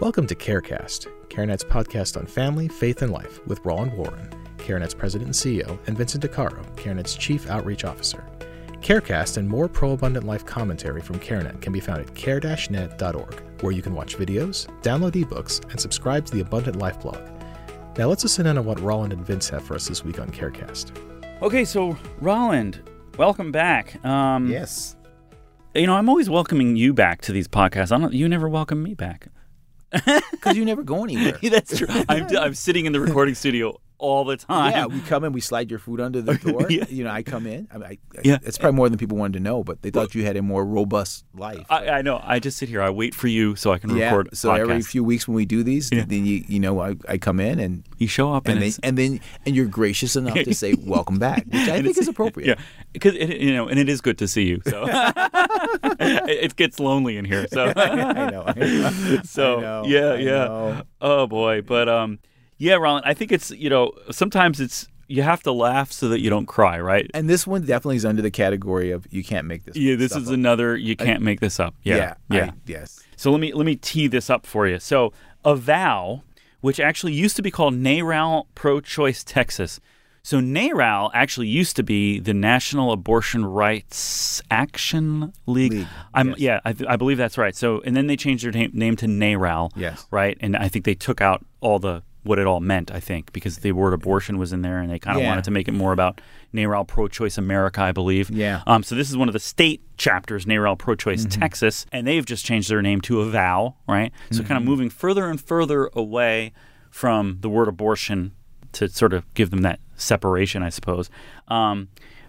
Welcome to CareCast, CareNet's podcast on family, faith, and life with Roland Warren, CareNet's president and CEO, and Vincent DeCaro, CareNet's chief outreach officer. CareCast and more pro abundant life commentary from CareNet can be found at care net.org, where you can watch videos, download ebooks, and subscribe to the Abundant Life blog. Now let's listen in on what Roland and Vince have for us this week on CareCast. Okay, so Roland, welcome back. Um, Yes. You know, I'm always welcoming you back to these podcasts. I don't. You never welcome me back. Because you never go anywhere. That's true. I'm, I'm sitting in the recording studio all the time. yeah, we come in, we slide your food under the door. Yeah. You know, I come in. I, mean, I, I- Yeah. It's probably more than people wanted to know, but they thought you had a more robust life. I, I know. I just sit here. I wait for you so I can yeah. record. so every podcasts. few weeks when we do these, then you you know I, I come in and you show up and, and then it's, and then and you're gracious enough to say welcome back, which I and think it's- is appropriate. Yeah, because you know, and it is good to see you. So it, it gets lonely in here. So I know. I know. so I know, yeah I yeah know. oh boy but um yeah Roland I think it's you know sometimes it's you have to laugh so that you don't cry right And this one definitely is under the category of you can't make this. yeah this stuff is up. another you can't make this up yeah yeah, I- yes. so let me let me tee this up for you so avow which actually used to be called NARAL Pro Choice Texas so NARAL actually used to be the National Abortion Rights Action League, League, I'm yes. yeah I, th- I believe that's right so and then they changed their name, name to NARAL Yes. right? And I think they took out all the what it all meant. I think because the word abortion was in there, and they kind of Yeah. wanted to make it more about NARAL pro-choice America, I believe. Yeah. Um. So this is one of the state chapters, NARAL pro-choice Texas, and they've just changed their name to Avow, right? So kind of moving further and further away from the word abortion to sort of give them that separation, I suppose. Um.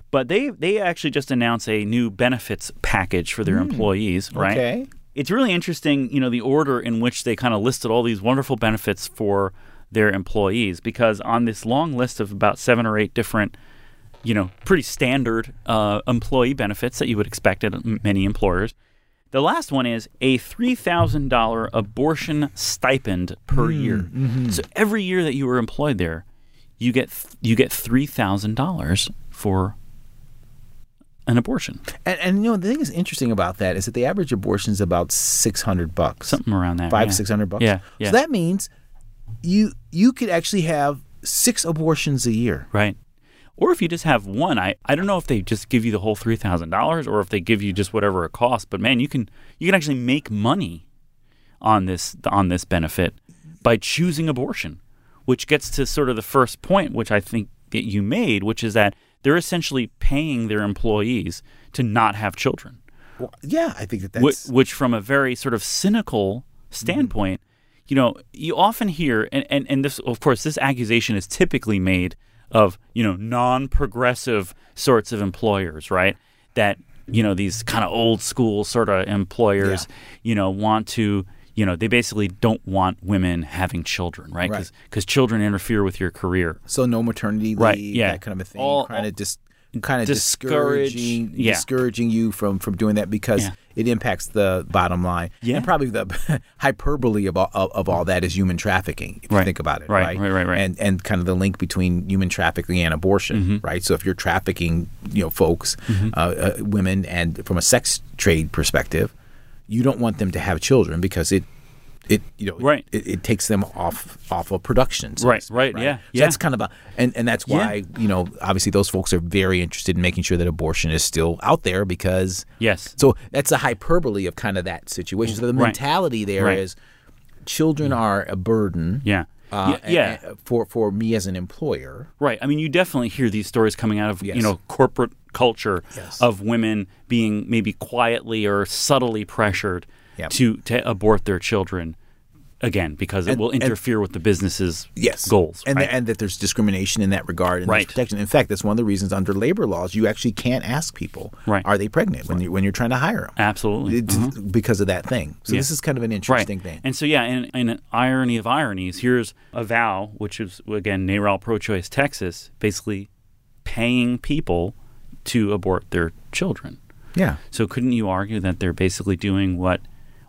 But they, they actually just announced a new benefits package for their employees, right? Okay. it's really interesting, you know, the order in which they kind of listed all these wonderful benefits for their employees because on this long list of about seven or eight different, you know, pretty standard uh, employee benefits that you would expect at m- many employers, the last one is a $3,000 abortion stipend per Mm, year. mm-hmm. So every year that you were employed there, you get th- you get $3,000 for an abortion, And, and you know the thing that's interesting about that is that the average abortion is about six hundred bucks, something around that. five yeah. six hundred bucks. Yeah, yeah. So that means you you could actually have six abortions a year. Right. Or if you just have one, I, I don't know if they just give you the whole three thousand dollars or if they give you just whatever it costs, but man, you can you can actually make money on this on this benefit by choosing abortion, which gets to sort of the first point which I think that you made, which is that they're essentially paying their employees to not have children Well, yeah, I think that whi- that's which from a very sort of cynical standpoint, Mm-hmm. you know, you often hear, and, and, and this, of course, this accusation is typically made of, you know, non progressive sorts of employers, right? That, you know, these kind of old school sort of employers, you know, want to, you know, they basically don't want women having children, right? Right. Because children interfere with your career. so no maternity leave, Right, yeah. that kind of a thing, All- kind all- of dis, kind of Discourage- discouraging, yeah. discouraging you from from doing that because Yeah. it impacts the bottom line. Yeah. and probably the hyperbole of all, of, of all that is human trafficking. If Right, you think about it, right, right, right, right, right. and and kind of the link between human trafficking and abortion, Mm-hmm. right? So if you're trafficking, you know, folks, uh, uh, women, and from a sex trade perspective, you don't want them to have children because it. It you know Right. it, it takes them off off of production so to Right, speak, right, yeah, So yeah. that's kind of a and and that's why you know obviously those folks are very interested in making sure that abortion is still out there because Yes. so that's a hyperbole of kind of that situation so the Right. mentality there is Right. children are a burden Yeah. uh, yeah. yeah. a- a- for for me as an employer Right. I mean, you definitely hear these stories coming out of you Yes. know corporate culture Yes. of women being maybe quietly or subtly pressured Yep. to to abort their children again because it And- will and- interfere with the business's yes goals. and right? and that there's discrimination in that regard and there's Right. protection in fact that's one of the reasons under labor laws you actually can't ask people Right. are they pregnant when you when you're trying to hire them Absolutely. Mm-hmm. It's because of that thing so this is kind of an interesting thing And so, yeah, in, in an irony of ironies, here's Avow, which is, again, NARAL Pro Choice Texas, basically paying people to abort their children. yeah So couldn't you argue that they're basically doing what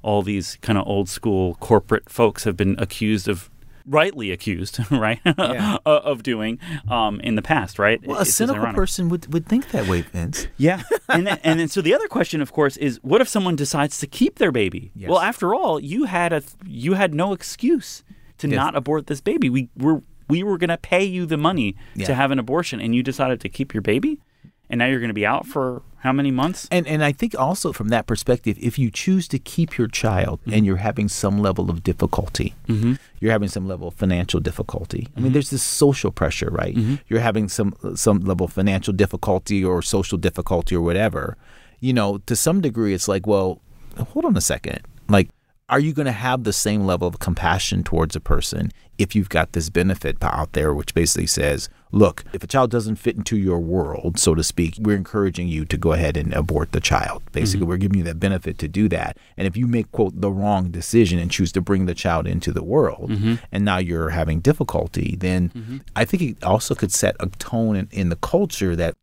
all these kind of old school corporate folks have been accused of rightly accused, right, Yeah. o- of doing um, in the past, right? Well, It- a it's just cynical ironic. person would, would think that way, Vince. Yeah. and then, and then so the other question of course is what if someone decides to keep their baby? Yes. Well, after all, you had a th- you had no excuse to Yes. not abort this baby. We were we were going to pay you the money Yeah. to have an abortion and you decided to keep your baby? And now you're going to be out for how many months? And and I think also from that perspective, if you choose to keep your child Mm-hmm. and you're having some level of difficulty, you're having some level of financial difficulty. I Mm-hmm. mean, there's this social pressure, right? You're having some some level of financial difficulty or social difficulty or whatever. You know, to some degree, it's like, well, hold on a second, like. Are you going to have the same level of compassion towards a person if you've got this benefit out there, which basically says, look, if a child doesn't fit into your world, so to speak, we're encouraging you to go ahead and abort the child. Basically, we're giving you that benefit to do that. And if you make, quote, the wrong decision and choose to bring the child into the world, and now you're having difficulty, then I think it also could set a tone in, in the culture that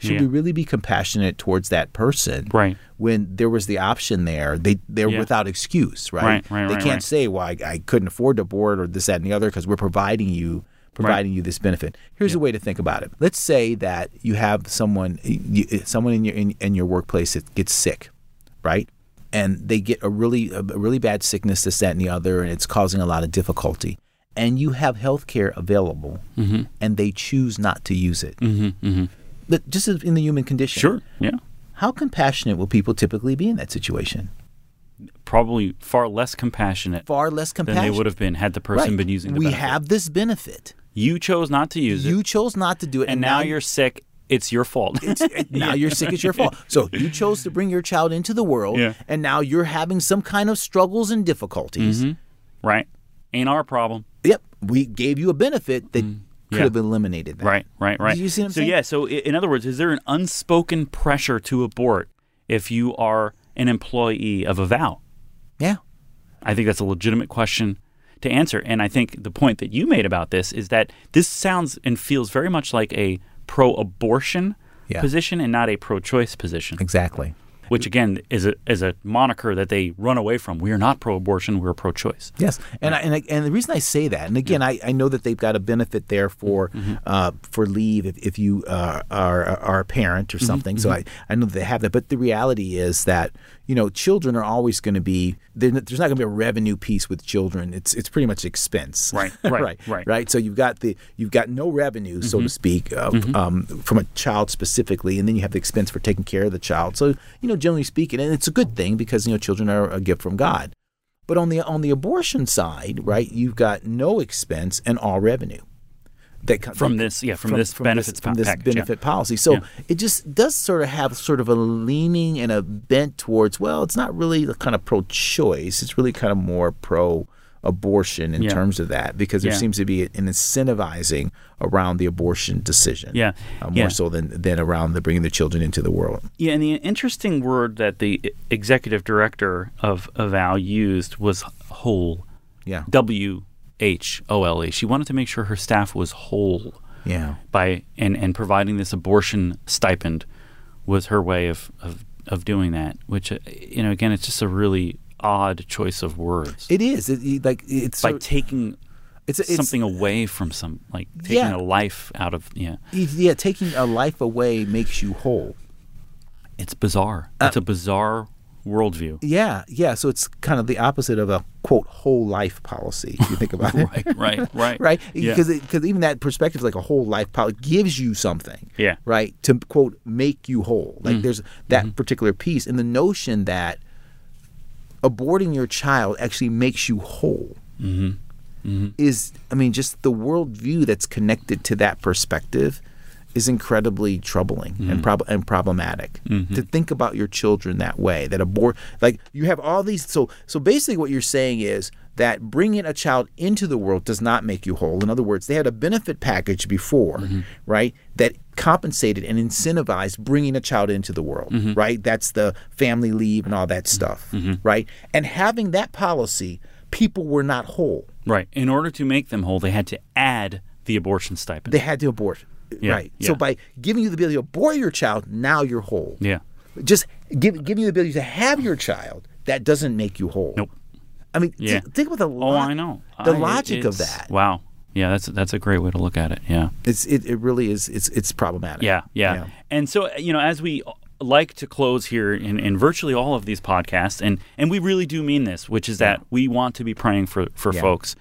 should Yeah. we really be compassionate towards that person? Right. When there was the option there, they they're Yeah. without excuse, right? Right, right, they right, right. can't say, "Well, I, I couldn't afford to board or this, that, and the other," because we're providing you providing you this benefit. Here's a way to think about it. Let's say that you have someone you, eh, someone in your in, in your workplace that gets sick, right? And they get a really a really bad sickness, this, that, and the other, and it's causing a lot of difficulty. And you have health care available, and they choose not to use Mm. it. But just as in the human condition, Yeah. how compassionate will people typically be in that situation? Probably far less compassionate Far less than compassionate they would have been had the person Right. been using the we benefit. have this benefit. you chose not to use You it chose not to do it, and now you're sick. It's your fault. now you're sick. It's your fault. So you chose to bring your child into the world, Yeah. and now you're having some kind of struggles and difficulties. right? Ain't our problem. Yep, we gave you a benefit that could Mm-hmm. Mm. Yeah. have eliminated that. Right, right, right. You see what I'm so saying? yeah, so i- in other words, is there an unspoken pressure to abort if you are an employee of a vow? Yeah. I think that's a legitimate question to answer, and I think the point that you made about this is that this sounds and feels very much like a pro-abortion Yeah. position and not a pro-choice position, Exactly. which again is a is a moniker that they run away from. We are not pro-abortion; we're pro-choice. Yes, and I, and I, and the reason I say that, and again, I, I know that they've got a benefit there for Mm-hmm, uh, for leave if, if you uh, are are a parent or Mm-hmm, something. So I, I know that they have that, but the reality is that you know children are always going to be there- there's not going to be a revenue piece with children. It's it's pretty much expense. Right, right, right, right. Mm-hmm. right. So you've got the you've got no revenue, so to speak, of, um, from a child specifically, and then you have the expense for taking care of the child. So you know, generally speaking, and it's a good thing because you know children are a gift from God. But on the on the abortion side, right, you've got no expense and all revenue that comes From this- yeah, from this benefits from pa- this package, yeah. benefit policy. So Yeah. it just does sort of have sort of a leaning and a bent towards well, it's not really the kind of pro-choice; it's really kind of more pro-abortion in Yeah. terms of that because there Yeah. seems to be an incentivizing around the abortion decision, Yeah. uh, more Yeah. so than than around the bringing the children into the world. Yeah, and the interesting word that the e- executive director of Avow used was whole. Yeah, W H O L E. She wanted to make sure her staff was whole yeah, by and, and providing this abortion stipend was her way of, of, of doing that, which, uh, you know, again, it's just a really odd choice of words. it is. It- It, like it's by sort- taking it's, it's something away from some, like taking Yeah. a life out of, yeah, Yeah, taking a life away makes you whole. it's bizarre. it's a bizarre worldview. Yeah, yeah. So it's kind of the opposite of a quote whole life policy. If you think about it, right, right, right. right? Yeah. Because because even that perspective, like a whole life policy, gives you something. Yeah. Right. To quote, make you whole. Like there's that particular piece, and the notion that aborting your child actually makes you whole. Is I mean, just the worldview that's connected to that perspective is incredibly troubling and prob- and problematic to think about your children that way. That abort like you have all these. So so basically, what you're saying is that bringing a child into the world does not make you whole. In other words, they had a benefit package before, right? That compensated and incentivized bringing a child into the world, right? That's the family leave and all that stuff, right? And having that policy, people were not whole. Right. In order to make them whole, they had to add the abortion stipend. They had to abort. Yeah, right. So yeah. by giving you the ability to abort your child, now you're whole. yeah. Just give, giving you the ability to have your child, that doesn't make you whole. Nope. I mean, Yeah. th- think about the Oh, lo- I know. the I- logic of it's- that. Wow. Yeah, that's that's a great way to look at it. Yeah. It's it, it really is it's it's problematic. Yeah, yeah. Yeah. And so, you know, as we like to close here in, in virtually all of these podcasts, and, and we really do mean this, which is that we want to be praying for, for Yeah. folks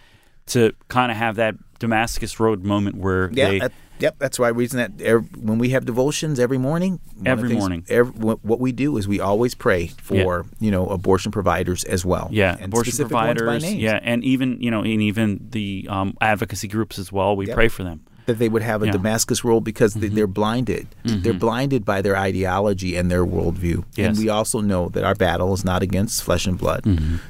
to kind of have that Damascus Road moment where Yeah, they. that- yep. That's why reason that ev when we have devotions every morning, one of Every the things- morning. ev- what what we do is we always pray for you know abortion providers as well. yeah, and abortion specific ones by providers. name, Yeah, and even you know, and even the um, advocacy groups as well. We Yep. pray for them. that they would have a Yeah. Mm-hmm. Damascus role because they, they're blinded. They're blinded by their ideology and their worldview. Yes. Mm-hmm. And we also know that our battle is not against flesh and blood;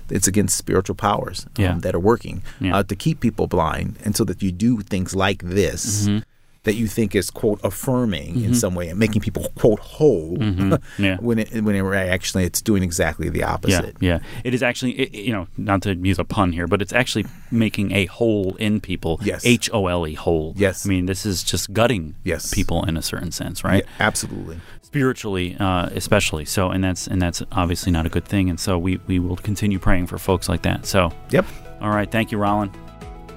it's against spiritual powers um, Yeah. that are working Yeah. uh, to keep people blind, and so that you do things like this. Mm-hmm. That you think is quote affirming in some way and making people quote whole Mm-hmm. Yeah. when it, when it actually it's doing exactly the Yeah, opposite. yeah. It is actually, it, you know, not to use a pun here, but it's actually making a hole in people. Yes. H O L E hole. Yes. I mean, this is just gutting Yes. people in a certain sense, right? Yeah, absolutely. spiritually, uh, especially. So, and that's and that's obviously not a good thing. And so we we will continue praying for folks like that. So, Yep. all right, thank you, Rollin.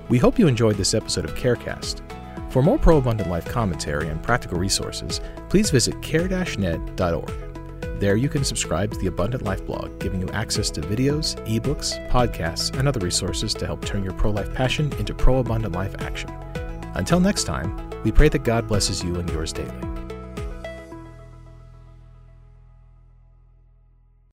We hope you enjoyed this episode of CareCast. For more pro abundant life commentary and practical resources, please visit care-net.org. There you can subscribe to the Abundant Life blog, giving you access to videos, ebooks, podcasts, and other resources to help turn your pro-life passion into pro-abundant life action. Until next time, we pray that God blesses you and yours daily.